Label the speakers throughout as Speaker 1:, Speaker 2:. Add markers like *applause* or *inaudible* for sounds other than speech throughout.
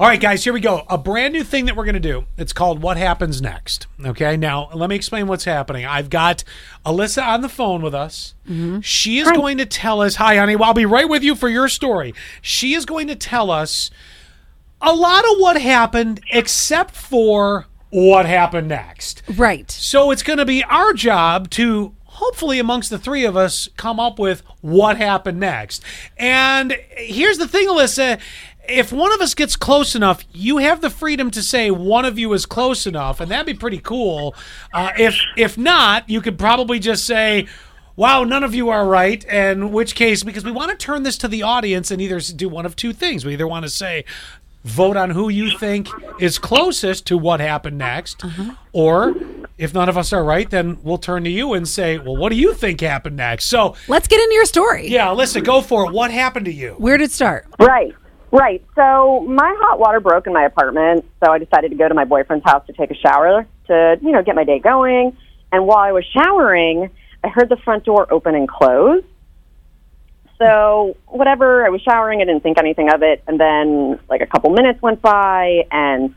Speaker 1: All right, guys, here we go. A brand new thing that we're going to do. It's called What Happens Next. Okay, now let me explain what's happening. I've got Alyssa on the phone with us. She is going to tell us, Hi, honey, well, I'll be right with you for your story. She is going to tell us a lot of what happened except for what happened next.
Speaker 2: Right.
Speaker 1: So it's going to be our job to hopefully amongst the three of us come up with what happened next. And here's the thing, Alyssa, if one of us gets close enough, you have the freedom to say one of you is close enough, and that'd be pretty cool. Uh, if if not, you could probably just say. Wow, none of you are right. And which case, because we want to turn this to the audience and either s- do one of two things. We either want to say, vote on who you think is closest to what happened next. Or if none of us are right, then we'll turn to you and say, well, what do you think happened next? So,
Speaker 2: Let's get into your story.
Speaker 1: yeah, Alyssa, go for it. What happened to you?
Speaker 2: Where did it start?
Speaker 3: Right, right. So my hot water broke in my apartment, so I decided to go to my boyfriend's house to take a shower to, you know, get my day going. And while I was showering, I heard the front door open and close. So whatever, I was showering, I didn't think anything of it. And then like a couple minutes went by and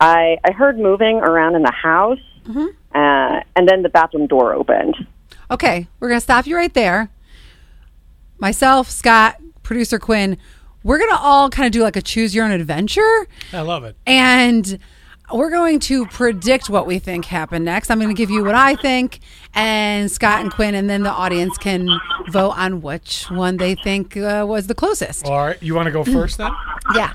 Speaker 3: I, I heard moving around in the house. Uh, and then the bathroom door opened.
Speaker 2: Okay, we're going to stop you right there. Myself, Scott, producer Quinn, we're going to all kind of do like a choose your own adventure.
Speaker 1: I love it.
Speaker 2: And we're going to predict what we think happened next. I'm going to give you what I think, and Scott and Quinn, and then the audience can vote on which one they think uh, was the closest.
Speaker 1: All right, you want to go first then?
Speaker 2: Yeah.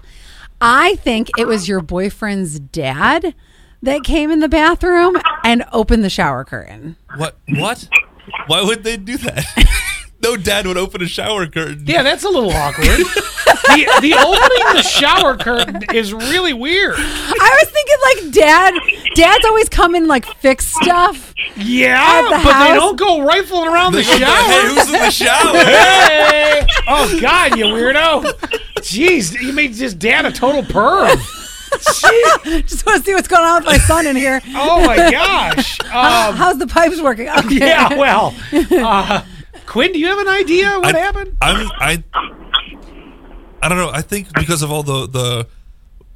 Speaker 2: I think it was your boyfriend's dad that came in the bathroom and opened the shower curtain.
Speaker 4: What? What? Why would they do that? *laughs* no dad would open a shower curtain. *laughs*
Speaker 1: Yeah, that's a little awkward. *laughs* the, the opening the shower curtain is really weird.
Speaker 2: I was thinking like dad dads always come and like fix stuff.
Speaker 1: Yeah,
Speaker 2: the
Speaker 1: but they
Speaker 2: house?
Speaker 1: don't go rifling around the
Speaker 4: They go, Hey,
Speaker 1: shower.
Speaker 4: who's in the
Speaker 1: *laughs*
Speaker 4: shower?
Speaker 1: Hey! Oh God, you weirdo! Jeez, you made just dad a total perv. Jeez.
Speaker 2: Just want to see what's going on with my son
Speaker 1: *laughs*
Speaker 2: in here.
Speaker 1: Oh my gosh.
Speaker 2: Uh,
Speaker 1: Um,
Speaker 2: How's the pipes working? Okay. *laughs*
Speaker 1: yeah. Well, uh, Quinn, do you have an idea what happened?
Speaker 4: I'm I. I don't know. I think because of all the the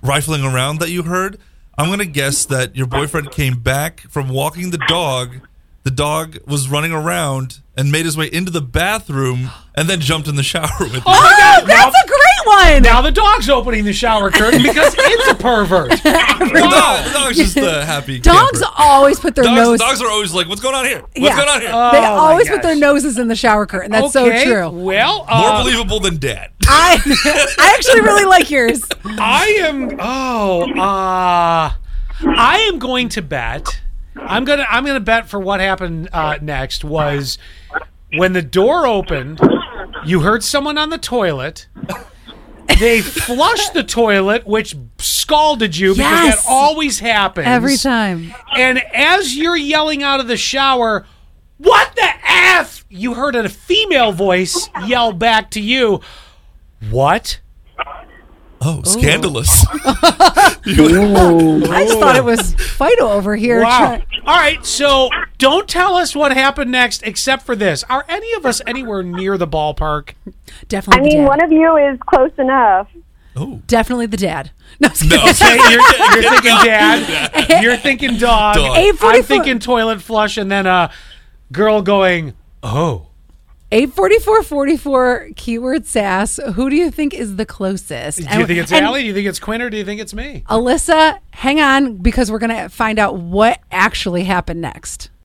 Speaker 4: rifling around that you heard, I'm gonna guess that your boyfriend came back from walking the dog. The dog was running around and made his way into the bathroom and then jumped in the shower with you.
Speaker 2: Oh,
Speaker 1: God,
Speaker 2: that's
Speaker 1: now-
Speaker 2: a great one.
Speaker 1: Now the dog's opening the shower curtain because it's a pervert.
Speaker 4: The dog- the dog's just the happy.
Speaker 2: dogs
Speaker 4: camper.
Speaker 2: always put their nose
Speaker 4: Dogs, dogs are always like, "What's going on here? What's
Speaker 2: Yeah.
Speaker 4: going on here?"
Speaker 2: They
Speaker 1: Oh, my
Speaker 2: always put
Speaker 1: gosh.
Speaker 2: their noses in the shower curtain. That's
Speaker 1: okay,
Speaker 2: so true.
Speaker 1: Well,
Speaker 4: More
Speaker 1: uh,
Speaker 4: believable than dad.
Speaker 2: I I actually really like yours.
Speaker 1: I am. Oh, uh, I am going to bet. I'm gonna. I'm gonna bet for what happened uh, next was when the door opened. You heard someone on the toilet. They flushed the toilet, which scalded you because
Speaker 2: Yes.
Speaker 1: that always happens
Speaker 2: Every time.
Speaker 1: And as you're yelling out of the shower, "What the f?" You heard a female voice yell back to you, "What?"
Speaker 4: Oh,
Speaker 1: *laughs*
Speaker 4: scandalous.
Speaker 2: I just thought it was Fido over here.
Speaker 1: Wow.
Speaker 2: try-
Speaker 1: All right, so don't tell us what happened next except for this. Are any of us anywhere near the ballpark?
Speaker 3: I
Speaker 2: Definitely.
Speaker 3: mean,
Speaker 2: the dad.
Speaker 3: one of you is close enough.
Speaker 4: Oh.
Speaker 2: Definitely the dad. *laughs* No. I'm just
Speaker 4: No.
Speaker 1: Hey,
Speaker 2: kidding.
Speaker 1: *laughs* you're, you're
Speaker 4: *laughs*
Speaker 1: thinking dad. You're thinking dog.
Speaker 4: Dog.
Speaker 1: *laughs* I'm
Speaker 2: 844
Speaker 1: thinking toilet flush and then a girl going, oh.
Speaker 2: 84444 keyword sass. Who do you think is the closest?
Speaker 1: Do you think it's Allie? Do you think it's Quinn or do you think it's me?
Speaker 2: Alyssa, hang on because we're going to find out what actually happened next.